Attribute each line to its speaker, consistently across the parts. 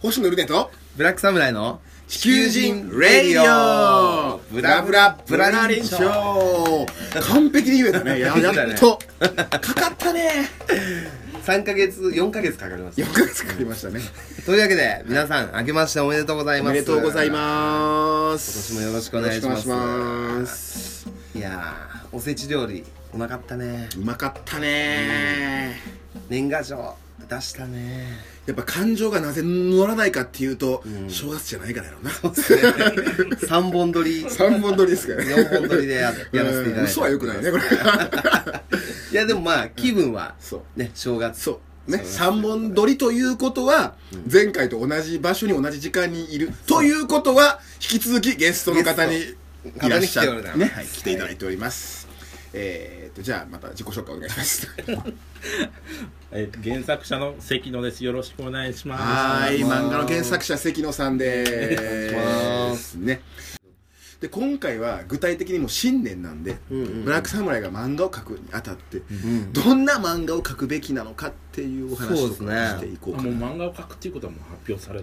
Speaker 1: 星野ルネと
Speaker 2: ブラックサムライの
Speaker 1: 地球人レディオブラブラブラナリンショー完璧に言えた ね。や
Speaker 2: 言えたね
Speaker 1: やっと。かかったね。
Speaker 2: 3ヶ月4ヶ月かかります
Speaker 1: 4ヶ月かかりましたね。
Speaker 2: というわけで皆さん明けましておめでとうござい
Speaker 1: お
Speaker 2: ます
Speaker 1: めでとうございます。
Speaker 2: 今年もよろしくお願いします
Speaker 1: よろくお願いします。
Speaker 2: すいやーおせち料理うまかったね
Speaker 1: うまかったね。
Speaker 2: 年賀状出したね
Speaker 1: やっぱ感情がなぜ乗らないかっていうと、正月じゃないからやろうな。
Speaker 2: 3本撮り4
Speaker 1: 3本撮りですからね。
Speaker 2: 本撮りでややらせていただいて
Speaker 1: うん嘘は良くないね、これ。
Speaker 2: いやでもまあ気分は
Speaker 1: そう
Speaker 2: ね正月
Speaker 1: そう。ね、3本撮りということは、前回と同じ場所に同じ時間にいる。ということは、引き続きゲストの方に
Speaker 2: ゲスト
Speaker 1: いらっしゃ
Speaker 2: 方に来てお
Speaker 1: っ
Speaker 2: るな
Speaker 1: て、ね、
Speaker 2: は
Speaker 1: はいい、来ていただいております。えーっと、じゃあまた自己紹介お願いします。
Speaker 3: えー原作者の関野です。よろしくお願いします。
Speaker 1: はーい、
Speaker 2: まあ
Speaker 1: 漫画の原作者関野さんで。
Speaker 2: お願いします
Speaker 1: ね。で、今回は具体的にもう新年なんで、ブラックサムライが漫画を描くにあたって、どんな漫画を描くべきなのかっていうお話
Speaker 2: そう
Speaker 1: を
Speaker 2: ですね
Speaker 1: していこう
Speaker 3: あ
Speaker 1: か
Speaker 3: もう
Speaker 1: な。
Speaker 3: 漫画を描くっていうことはもう発表され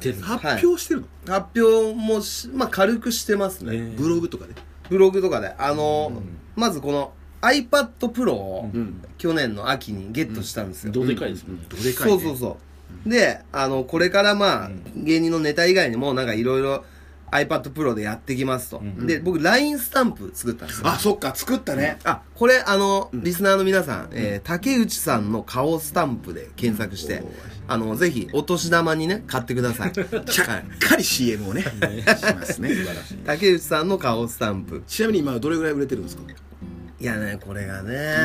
Speaker 3: てるんですね
Speaker 1: 発表してるの、
Speaker 2: 発表もしまあ軽くしてますね、
Speaker 1: ブログとかで。
Speaker 2: ブログとかであの、まずこの iPad Pro を
Speaker 1: ん
Speaker 2: 去年の秋にゲットしたんですよ、
Speaker 3: どでかいですもんね。
Speaker 1: どでかいね。
Speaker 2: そうそうそうであのこれからまあ、芸人のネタ以外にもなんかいろいろ iPad Pro でやってきますと、で僕 LINE スタンプ作ったんですよ
Speaker 1: あ、そっか、作ったね。
Speaker 2: あこれあの、リスナーの皆さん、えー竹内さんの顔スタンプで検索してあのぜひお年玉にね買ってくだ さい
Speaker 1: ちゃっかり CM をね、しますね。
Speaker 2: 竹内さんの顔スタンプ
Speaker 1: ちなみに今どれぐらい売れてるんですか
Speaker 2: いやねこれがね、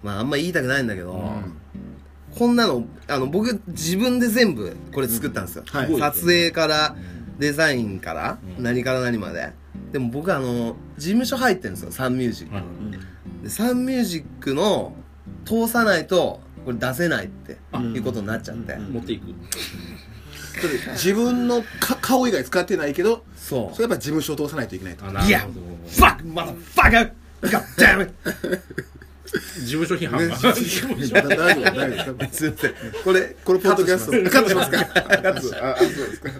Speaker 2: まああんま言いたくないんだけど、こんなのあの僕自分で全部これ作ったんですよ、
Speaker 1: うんはい
Speaker 2: 撮影からデザインから、何から何まででも僕あの事務所入ってるんですよサンミュージック、
Speaker 3: はい
Speaker 2: でサンミュージックの通さないとこれ出せないっていうことになっちゃって、
Speaker 3: 持っていく。
Speaker 1: 自分のか顔以外使ってないけど、そ
Speaker 2: そ
Speaker 1: うれやっぱ事務所を通さないといけないと。
Speaker 3: ない
Speaker 2: や
Speaker 3: るほど
Speaker 2: ファックマザファックガッダム
Speaker 3: 事務所批判
Speaker 1: ね
Speaker 3: が。
Speaker 1: 大丈夫、大丈夫ですか
Speaker 2: すいませんこれ
Speaker 1: これポッドキャストカットしますかカットああそうですか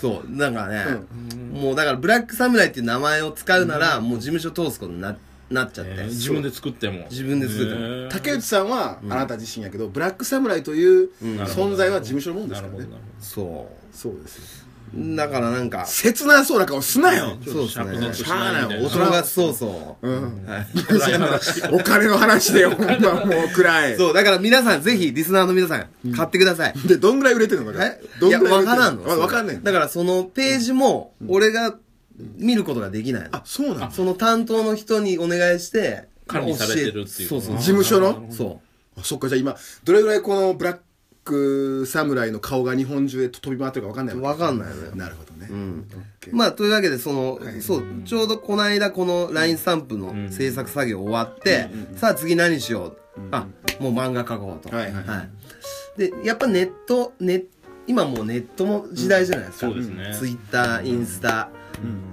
Speaker 2: そうなんかね、もうだからブラックサムライっていう名前を使うなら、もう事務所通すことにななっちゃって、
Speaker 3: えー自分で作っても。
Speaker 2: 自分で作っても
Speaker 3: えー
Speaker 1: 竹内さんはあなた自身やけど、ブラックサムライという存在は事務所のもんで
Speaker 3: な
Speaker 1: す
Speaker 3: る
Speaker 1: から
Speaker 3: ほど
Speaker 1: ね
Speaker 3: なるほ
Speaker 2: そ
Speaker 1: そうですよ
Speaker 2: うだからなんか
Speaker 1: 切なそうな顔すなよ
Speaker 3: ど。
Speaker 2: そうですね
Speaker 3: ちょっと釈然としみた
Speaker 1: しゃあない
Speaker 2: お
Speaker 1: 大
Speaker 2: 正
Speaker 1: 人
Speaker 2: 月そうそう、
Speaker 1: お金の話でほんまもう暗い
Speaker 2: そうだから皆さんぜひリスナーの皆さん買ってください、
Speaker 1: でどんぐらい売れてるのかな
Speaker 2: え
Speaker 1: ど
Speaker 2: い
Speaker 1: ん
Speaker 2: や
Speaker 1: ぐらい売れて
Speaker 2: わか
Speaker 1: る
Speaker 2: らんの
Speaker 1: わわかんない
Speaker 2: だからそのページも俺が見ることができないの、
Speaker 1: あそうなの
Speaker 2: その担当の人にお願いして
Speaker 3: 管理されてるっていう
Speaker 2: 教えそうそう
Speaker 1: 事務所の
Speaker 2: そう
Speaker 1: あそっかじゃあ今どれぐらいこのブラックサムライの顔が日本中へ飛び回ってるかわかんないわ
Speaker 2: わかんないのよ
Speaker 1: けなるほどね、
Speaker 2: まあというわけでその、そうちょうどこの間この LINE スタンプの制作作業終わって、さあ次何しよう、あもう漫画描こうと
Speaker 1: はいはい
Speaker 2: でやっぱネットネッ今もうネットも時代じゃないですか、
Speaker 3: そうですね
Speaker 2: ツイッターインスタ、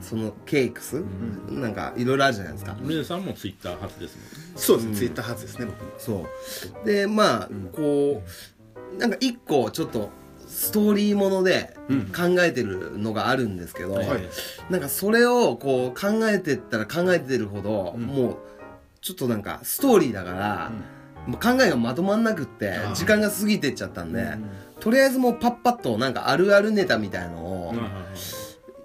Speaker 2: そのケイクス、なんかいろいろあるじゃないですか、
Speaker 3: ど。ルネさんもツイッター初ですもんね。
Speaker 1: そうですね、ツイッター発ですね僕も
Speaker 2: そうでまあ、こうなんか一個ちょっとストーリーもので考えてるのがあるんですけど、
Speaker 1: はい
Speaker 2: なんかそれをこう考えてったら考えてるほど、もうちょっとなんかストーリーだから、もう考えがまとまんなくって時間が過ぎてっちゃったんで、とりあえずもうパッパッとなんかあるあるネタみたいのを
Speaker 3: はいはいはい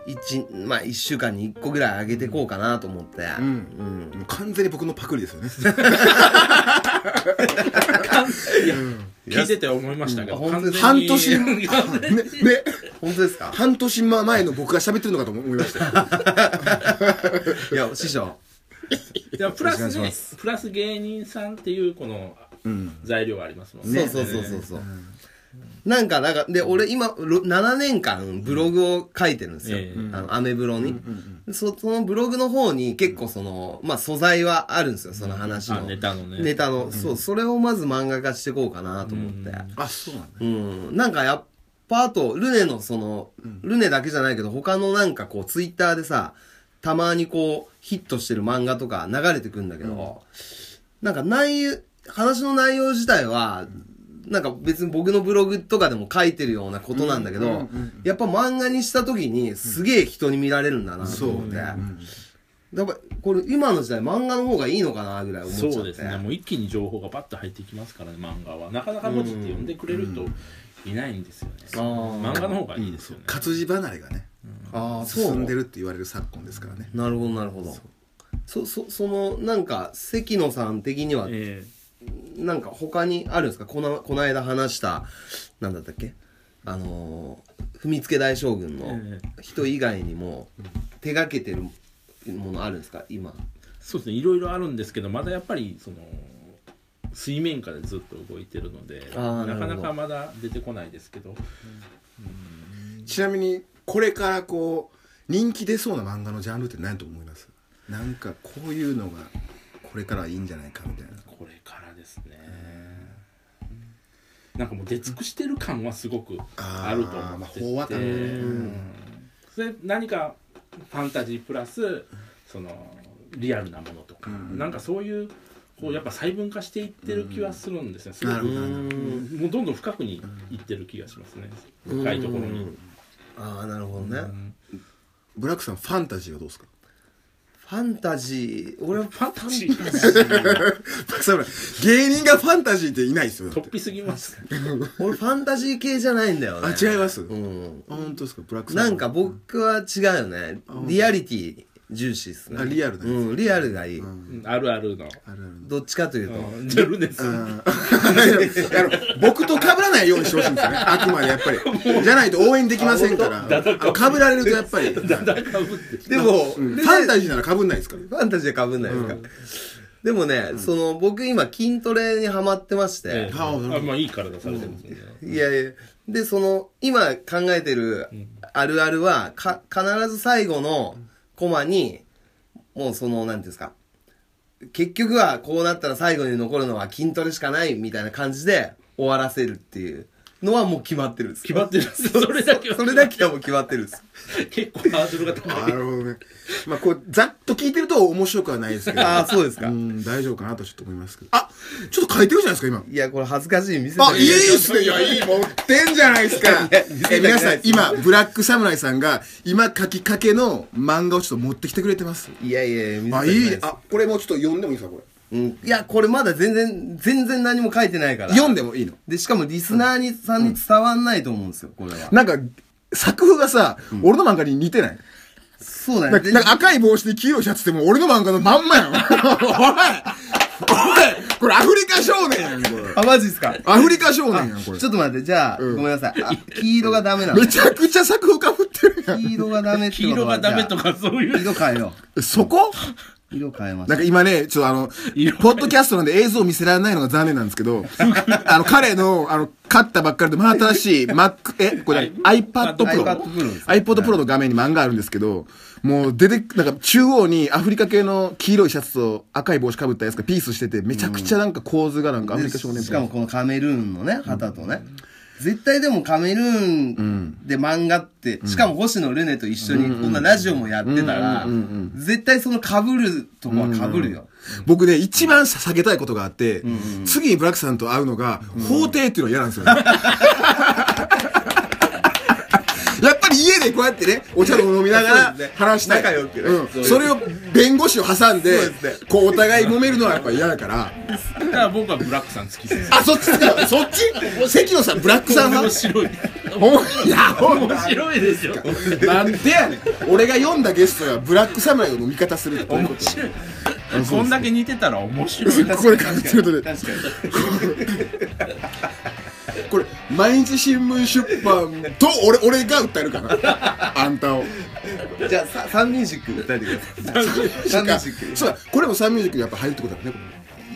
Speaker 2: 一まあ、1週間に1個ぐらい上げていこうかなと思って、うん
Speaker 1: もう完全に僕のパクリですよね
Speaker 3: 聞いてて思いましたけど。
Speaker 2: うん
Speaker 3: 完全に
Speaker 1: 半年
Speaker 3: いや
Speaker 1: ねね
Speaker 2: 本当です か
Speaker 1: 半年前の僕が喋ってるのかと思いましたよ
Speaker 2: いや師匠
Speaker 3: いやプラス
Speaker 2: お願い
Speaker 3: ね
Speaker 2: しま、
Speaker 3: プラス芸人さんっていうこの材料がありますもんね。
Speaker 2: そうそうそうそうそう、なんかなんかで俺今ろ7年間ブログを書いてるんですよ、
Speaker 3: ええ
Speaker 2: あのアメブロに、そそのブログの方に結構その、まあ素材はあるんですよその話の、
Speaker 3: あネタのね
Speaker 2: ネタの、そうそれをまず漫画化していこうかなと思って
Speaker 1: あそうなんだ
Speaker 2: うん、なんかやっぱあとルネのその、ルネだけじゃないけど他のなんかこうツイッターでさたまにこうヒットしてる漫画とか流れてくんだけど、なんか内容話の内容自体はなんか別に僕のブログとかでも書いてるようなことなんだけど、
Speaker 1: うんうんうん
Speaker 2: やっぱ漫画にした時にすげえ人に見られるんだなと
Speaker 1: そう
Speaker 2: 思って、
Speaker 1: ね、
Speaker 2: やっぱこれ今の時代漫画の方がいいのかなぐらい思っちゃって
Speaker 3: そうですねもう一気に情報がパッと入ってきますからね漫画はなかなか文字って読んでくれる人いないんですよね、
Speaker 2: あー
Speaker 3: 漫画の方がいいですよね、
Speaker 1: 活字離れがね
Speaker 2: ああそう
Speaker 1: 進んでるって言われる昨今ですからね
Speaker 2: なるほどなるほどそそそのなんか関野さん的には
Speaker 3: ええ
Speaker 2: なんか他にあるんですかこのこの間話したなんだったっけあのー踏みつけ大将軍の
Speaker 3: え
Speaker 2: 人以外にも手がけてるものあるんですか今
Speaker 3: そうですねいろいろあるんですけどまだやっぱりその水面下でずっと動いてるので
Speaker 2: あー
Speaker 3: なか
Speaker 2: なる
Speaker 3: な
Speaker 2: ほ
Speaker 3: か
Speaker 2: ど
Speaker 3: まだ出てこないですけど
Speaker 1: ちなみにこれからこう人気出そうな漫画のジャンルって何やと思いますなんかこういうのがこれからいいんじゃないかみたいな
Speaker 3: これからですねなんかもう出尽くしてる感はすごく
Speaker 1: あー
Speaker 3: あると思ってて、
Speaker 1: まあ飽和感ね
Speaker 3: うんそれ何かファンタジープラスそのリアルなものとか、なんかそういうこうやっぱ細分化していってる気はするんですね、すご
Speaker 1: なるほ
Speaker 3: く
Speaker 1: ど
Speaker 2: う
Speaker 1: なる
Speaker 2: ん
Speaker 3: もうどんどん深くにいってる気がしますね深いところに。
Speaker 2: ああなるほどね、
Speaker 1: ブラックさんファンタジーはどうですか
Speaker 2: ファンタジー俺はファンタジー
Speaker 1: ブラックさんほら芸人がファンタジーっていないですよだっ
Speaker 3: 突
Speaker 1: て
Speaker 3: 飛すぎます。
Speaker 2: 俺ファンタジー系じゃないんだよ
Speaker 1: あ
Speaker 2: ね
Speaker 1: 違います、
Speaker 2: う
Speaker 1: あ
Speaker 2: ん
Speaker 1: 本当ですかブラックさん
Speaker 2: なんか僕は違うよねリアリティ重視っすね
Speaker 1: あリアルなやつ
Speaker 2: うんリアルがいい、
Speaker 3: うんあるあるの。
Speaker 1: あるある
Speaker 2: どっちかというと、
Speaker 3: うんジェルです。
Speaker 1: いやあの僕と被らないようにしてほしいんですよ ね。あくまでやっぱり。じゃないと応援できませんから。あの被られるとやっぱり。 うん
Speaker 3: だんだんかぶって。
Speaker 2: でも、
Speaker 1: フ
Speaker 2: で
Speaker 1: ァンタジーなら被んないですから。
Speaker 2: ファンタジーかぶんないですか、でもね、その僕今筋トレにハマってまして、
Speaker 3: ええ
Speaker 1: あなるほど
Speaker 3: あまあいい体されてますね。
Speaker 2: いやいや。で、その、今考えてるあるあるは、か、必ず最後のコマに、もうその、なんていうんですか。結局はこうなったら最後に残るのは筋トレしかないみたいな感じで終わらせるっていうのはもう決まってるんです。
Speaker 3: 決まってるんです それだけは
Speaker 2: それだけはもう決まってるんです。
Speaker 3: 結構ハードルが高。
Speaker 1: ないるほどね。まあこう、ざっと聞いてると面白くはないですけど。
Speaker 2: ああ、そうです
Speaker 1: う
Speaker 2: か。
Speaker 1: ん、大丈夫かなとちょっと思いますけど。あちょっと書いてるじゃないですか、今。
Speaker 2: いや、これ恥ずかしい見せ
Speaker 1: あ、いい
Speaker 2: で
Speaker 1: っすね。いや、いい、持ってんじゃないですか。え、皆さん、今、ブラックサムライさんが、今書きかけの漫画をちょっと持ってきてくれてます。
Speaker 2: いやいやいや、見せた
Speaker 1: あ、
Speaker 2: くない
Speaker 1: い
Speaker 2: い
Speaker 1: ね。あ、これもうちょっと読んでもいいですか、これ。
Speaker 2: うん。いや、これまだ全然、全然何も書いてないから。
Speaker 1: 読んでもいいの
Speaker 2: で、しかもリスナーに、さんに伝わんないと思うんですよ、これは。
Speaker 1: なんか、作風がさ、俺の漫画に似てない
Speaker 2: そうだ
Speaker 1: な
Speaker 2: ね。
Speaker 1: んか
Speaker 2: で
Speaker 1: なんか赤い帽子で黄色いシャツってもう俺の漫画のまんま やん。おいおいこれアフリカ少年やん、これ。
Speaker 2: あ、マジですか
Speaker 1: アフリカ少年やん、これ
Speaker 2: ち。ょっと待って、じゃあ、ごめんなさい。あ、黄色がダメなの
Speaker 1: め。ちゃくちゃ作風かぶってるや
Speaker 2: 黄色がダメって
Speaker 3: 黄
Speaker 2: こと
Speaker 3: 色
Speaker 2: は
Speaker 3: がダメと。かそうい
Speaker 2: じゃあ
Speaker 3: う。
Speaker 2: 色変えよ
Speaker 1: ん。そこ
Speaker 2: う。色変えま
Speaker 1: な
Speaker 2: す。
Speaker 1: んか今ね、ちょっとあの、
Speaker 3: 色
Speaker 1: ポッドキャストなんで映像を見せられないのが残念なんですけど、あの、彼の、あの、勝ったばっかりで、真新しい Mac、え、これ、iPad
Speaker 2: iPad Pro
Speaker 1: Pro。iPod Pro の画面に漫画あるんですけど、もう出て、なんか中央にアフリカ系の黄色いシャツと赤い帽子かぶったやつがピースしてて、めちゃくちゃなんか構図がなんかアフリカ少年っぽい
Speaker 2: しかもこのカメルーンのね、旗とね。絶対でもカメルーンで漫画って、しかも星野ルネと一緒にこんなラジオもやってたら、絶対その被るとこは被るよ。
Speaker 1: 僕ね、一番下げたいことがあって、次にブラックさんと会うのが、法廷っていうのは嫌なんですよね。 やっぱり家でこうやってね、お茶を飲みながら
Speaker 2: そうですね
Speaker 1: 話したい。
Speaker 2: 仲良くね
Speaker 1: うんそれを弁護士を挟んで
Speaker 2: そうですね、
Speaker 1: こうお互い揉めるのはやっぱ嫌だから。
Speaker 3: だから僕はブラックさん好きです。
Speaker 1: あ、そっち そっち関野さん、ブラックさん
Speaker 3: 面
Speaker 1: 派
Speaker 3: 白い。
Speaker 1: ほんいや、ほん
Speaker 3: 面白いですよ。
Speaker 1: なんでやねん。俺が読んだゲストがブラック侍の飲み方するってこういうこ
Speaker 3: 面白い。こんだけ似てたら面白い。
Speaker 1: と。これ感じてるとね。
Speaker 2: 確かに。
Speaker 1: これ毎日新聞出版と俺俺が訴えるからなあんたを
Speaker 2: じゃあ、さサンミュージック歌えてください。サンミュージック。
Speaker 1: そうだこれもサンミュージックにやっぱ入るってことだねこ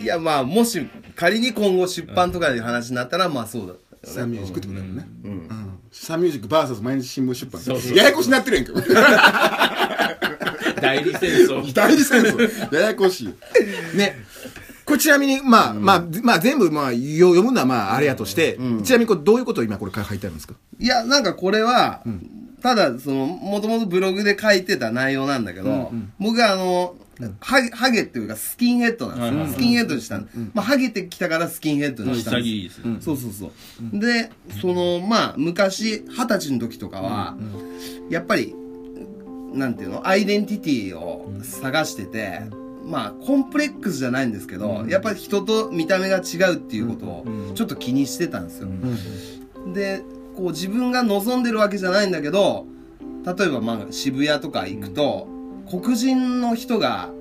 Speaker 2: いや、まあ、もし、仮に今後出版とかいう話になったら、まあそうだ。
Speaker 1: れサンミュージックってことだよねうんサンミュージック VS 毎日新聞出版
Speaker 3: そうそう
Speaker 1: ややこしになってるやんけ
Speaker 3: 代理戦争。
Speaker 1: 代理戦争ややこしいねこれちなみにまあ、まあまあ全部まあよ読むのはまああれやとして、ちなみにこれどういうことを今これ書いてあるんですか
Speaker 2: いや、なんかこれは、ただ、その、もともとブログで書いてた内容なんだけど、僕はあの、ハゲハゲっていうかスキンヘッドなんですよ、
Speaker 3: はいはいはい
Speaker 2: スキンヘッドにしたんです、まあ、ハゲてきたからスキンヘッドにしたんです
Speaker 3: 潔いですね。
Speaker 2: そうそうそう、でそのまあ昔二十歳の時とかは、やっぱりなんていうのアイデンティティを探してて、まあコンプレックスじゃないんですけど、やっぱり人と見た目が違うっていうことをちょっと気にしてたんですよ、でこう自分が望んでるわけじゃないんだけど例えばまあ渋谷とか行くと、黒人の人が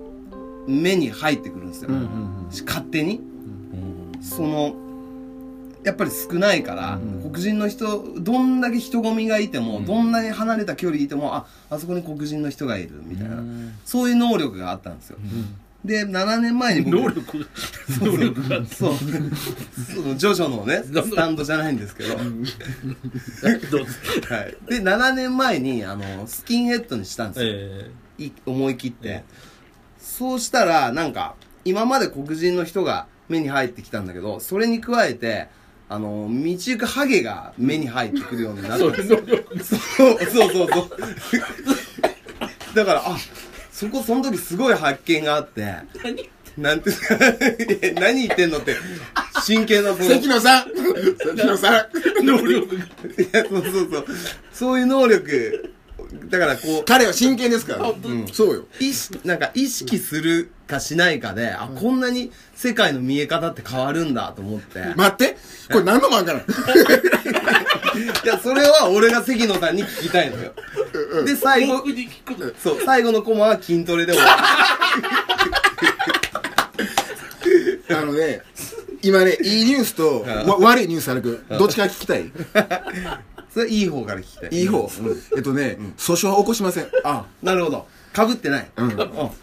Speaker 2: 目に入ってくるんですよ、勝手に、そのやっぱり少ないから、黒人の人どんだけ人混みがいても、どんなに離れた距離いてもああそこに黒人の人がいるみたいな、そういう能力があったんですよ、で7年前に僕
Speaker 3: 能力、能力 が
Speaker 2: そうそのジョジョの ねスタンドじゃないんですけど
Speaker 3: どうぞ。
Speaker 2: はい、で7年前にあのスキンヘッドにしたんですよ、
Speaker 3: え
Speaker 2: い思い切って、そうしたらなんか今まで黒人の人が目に入ってきたんだけどそれに加えてあの道行くハゲが目に入ってくるようにな
Speaker 3: え
Speaker 2: る
Speaker 3: それ能力
Speaker 2: そうそうそうそう。だから、あ、そこその時すごい発見があって。なんて、いや何言って んのって、真剣なその。い
Speaker 1: 関野さん関野さん
Speaker 3: 能力が
Speaker 2: や、そうそうそう。そういう能力、だからこう、
Speaker 1: 彼は真剣ですから。そうよ。
Speaker 2: 意識なんか意識するかしないかで、あ、こんなに世界の見え方って変わるんだと思って。
Speaker 1: 待ってこれ何の漫画なの
Speaker 2: いや、それは俺が関野さんに聞きたいのよ。で、最後、
Speaker 3: 僕に聞く
Speaker 2: そう、最後のコマは筋トレで終わる。
Speaker 1: あのね、今ね、いいニュースとわ悪いニュースあるけど、どっちから聞きたい
Speaker 2: それいい方から聞きたい。
Speaker 1: いい方。うんえっとね、訴訟は起こしません。あ、
Speaker 2: なるほど。かぶってない。
Speaker 1: うん。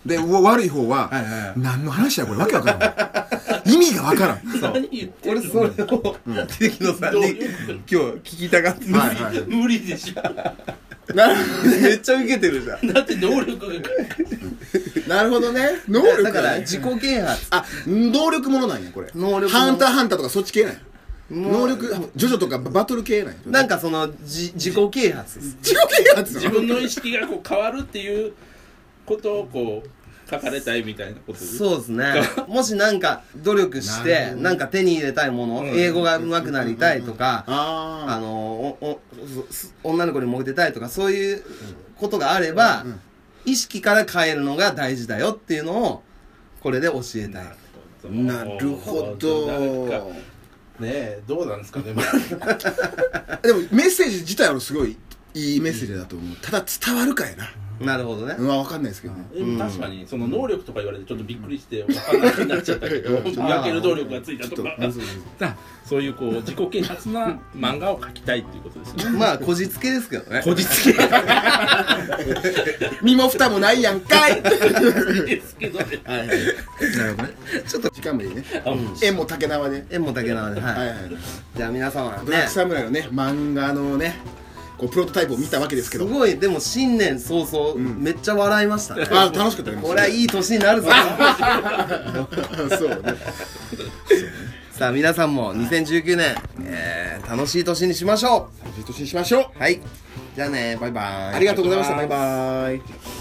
Speaker 1: で、わ悪い方は
Speaker 2: はいはいは、い
Speaker 1: 何の話やこれわけわからん。意味がわからん。
Speaker 3: 何言って
Speaker 2: 俺
Speaker 3: る
Speaker 2: それを、関野さんに今日聞きたかった。
Speaker 1: はいはいはい
Speaker 3: 無理でしょ。
Speaker 2: めっちゃ受けてるじゃん。
Speaker 3: だって能力が。
Speaker 1: なるほどね。能力だ
Speaker 2: だ
Speaker 1: か
Speaker 2: か
Speaker 1: らら、
Speaker 2: 自己啓発。
Speaker 1: あ、能力ものなんや、これ。
Speaker 2: 能力もの
Speaker 1: ハンターハンターとかそっち系なんや。能力、ジョジョとかバトル系なんや。
Speaker 2: なんかその、じ自己啓発です。
Speaker 1: 自己啓発
Speaker 3: 自分の意識がこう変わるっていうことをこう書かれたいみたいなこと
Speaker 2: そうですね。もしなんか努力して、なんか手に入れたいもの、英語が上手くなりたいとか、
Speaker 1: あ
Speaker 2: あの、おおそ女の子にモテたいとか、そういうことがあれば、意識から変えるのが大事だよっていうのを、これで教えたい。
Speaker 3: そう
Speaker 1: なるほど
Speaker 3: なんかねえどうなんです かね
Speaker 1: でもメッセージ自体はすごいいいメッセージだと思うただ伝わるかやな
Speaker 2: なるほどね。
Speaker 1: うんわかんないですけどね
Speaker 3: でも確かにその能力とか言われてちょっとびっくりして分かんなくなっちゃったけ ど見分ける能力がついた
Speaker 1: ちょっ
Speaker 3: と
Speaker 1: と
Speaker 3: か
Speaker 1: うんそう そう
Speaker 3: あそういうこう自己啓発な漫画を描きたいっていうことですよね
Speaker 2: まあ、こじつけですけどね。
Speaker 3: こじつけ
Speaker 1: そう身も蓋もないやんかい
Speaker 3: ですけどね
Speaker 1: はいはいなるほどねちょっと時間もいいね縁も竹縄で
Speaker 2: 縁も竹縄で、は
Speaker 1: はい
Speaker 2: い。
Speaker 1: はいはい
Speaker 2: じゃあ皆様
Speaker 1: ブラッ
Speaker 2: ね
Speaker 1: ク、侍のね漫画のねこうプロトタイプを見たわけですけ
Speaker 2: す
Speaker 1: ど
Speaker 2: ごい、でも新年早々、めっちゃ笑いましたね。
Speaker 1: あ楽しかったね
Speaker 2: これはいい年になるぞ。
Speaker 1: そうね
Speaker 2: さあ皆さんも2019年、えー楽しい年にしましょ
Speaker 1: じっとしましょう
Speaker 2: うはいじゃあねバイバイ
Speaker 1: ありがとうございましたバイ
Speaker 2: バイ
Speaker 1: バイ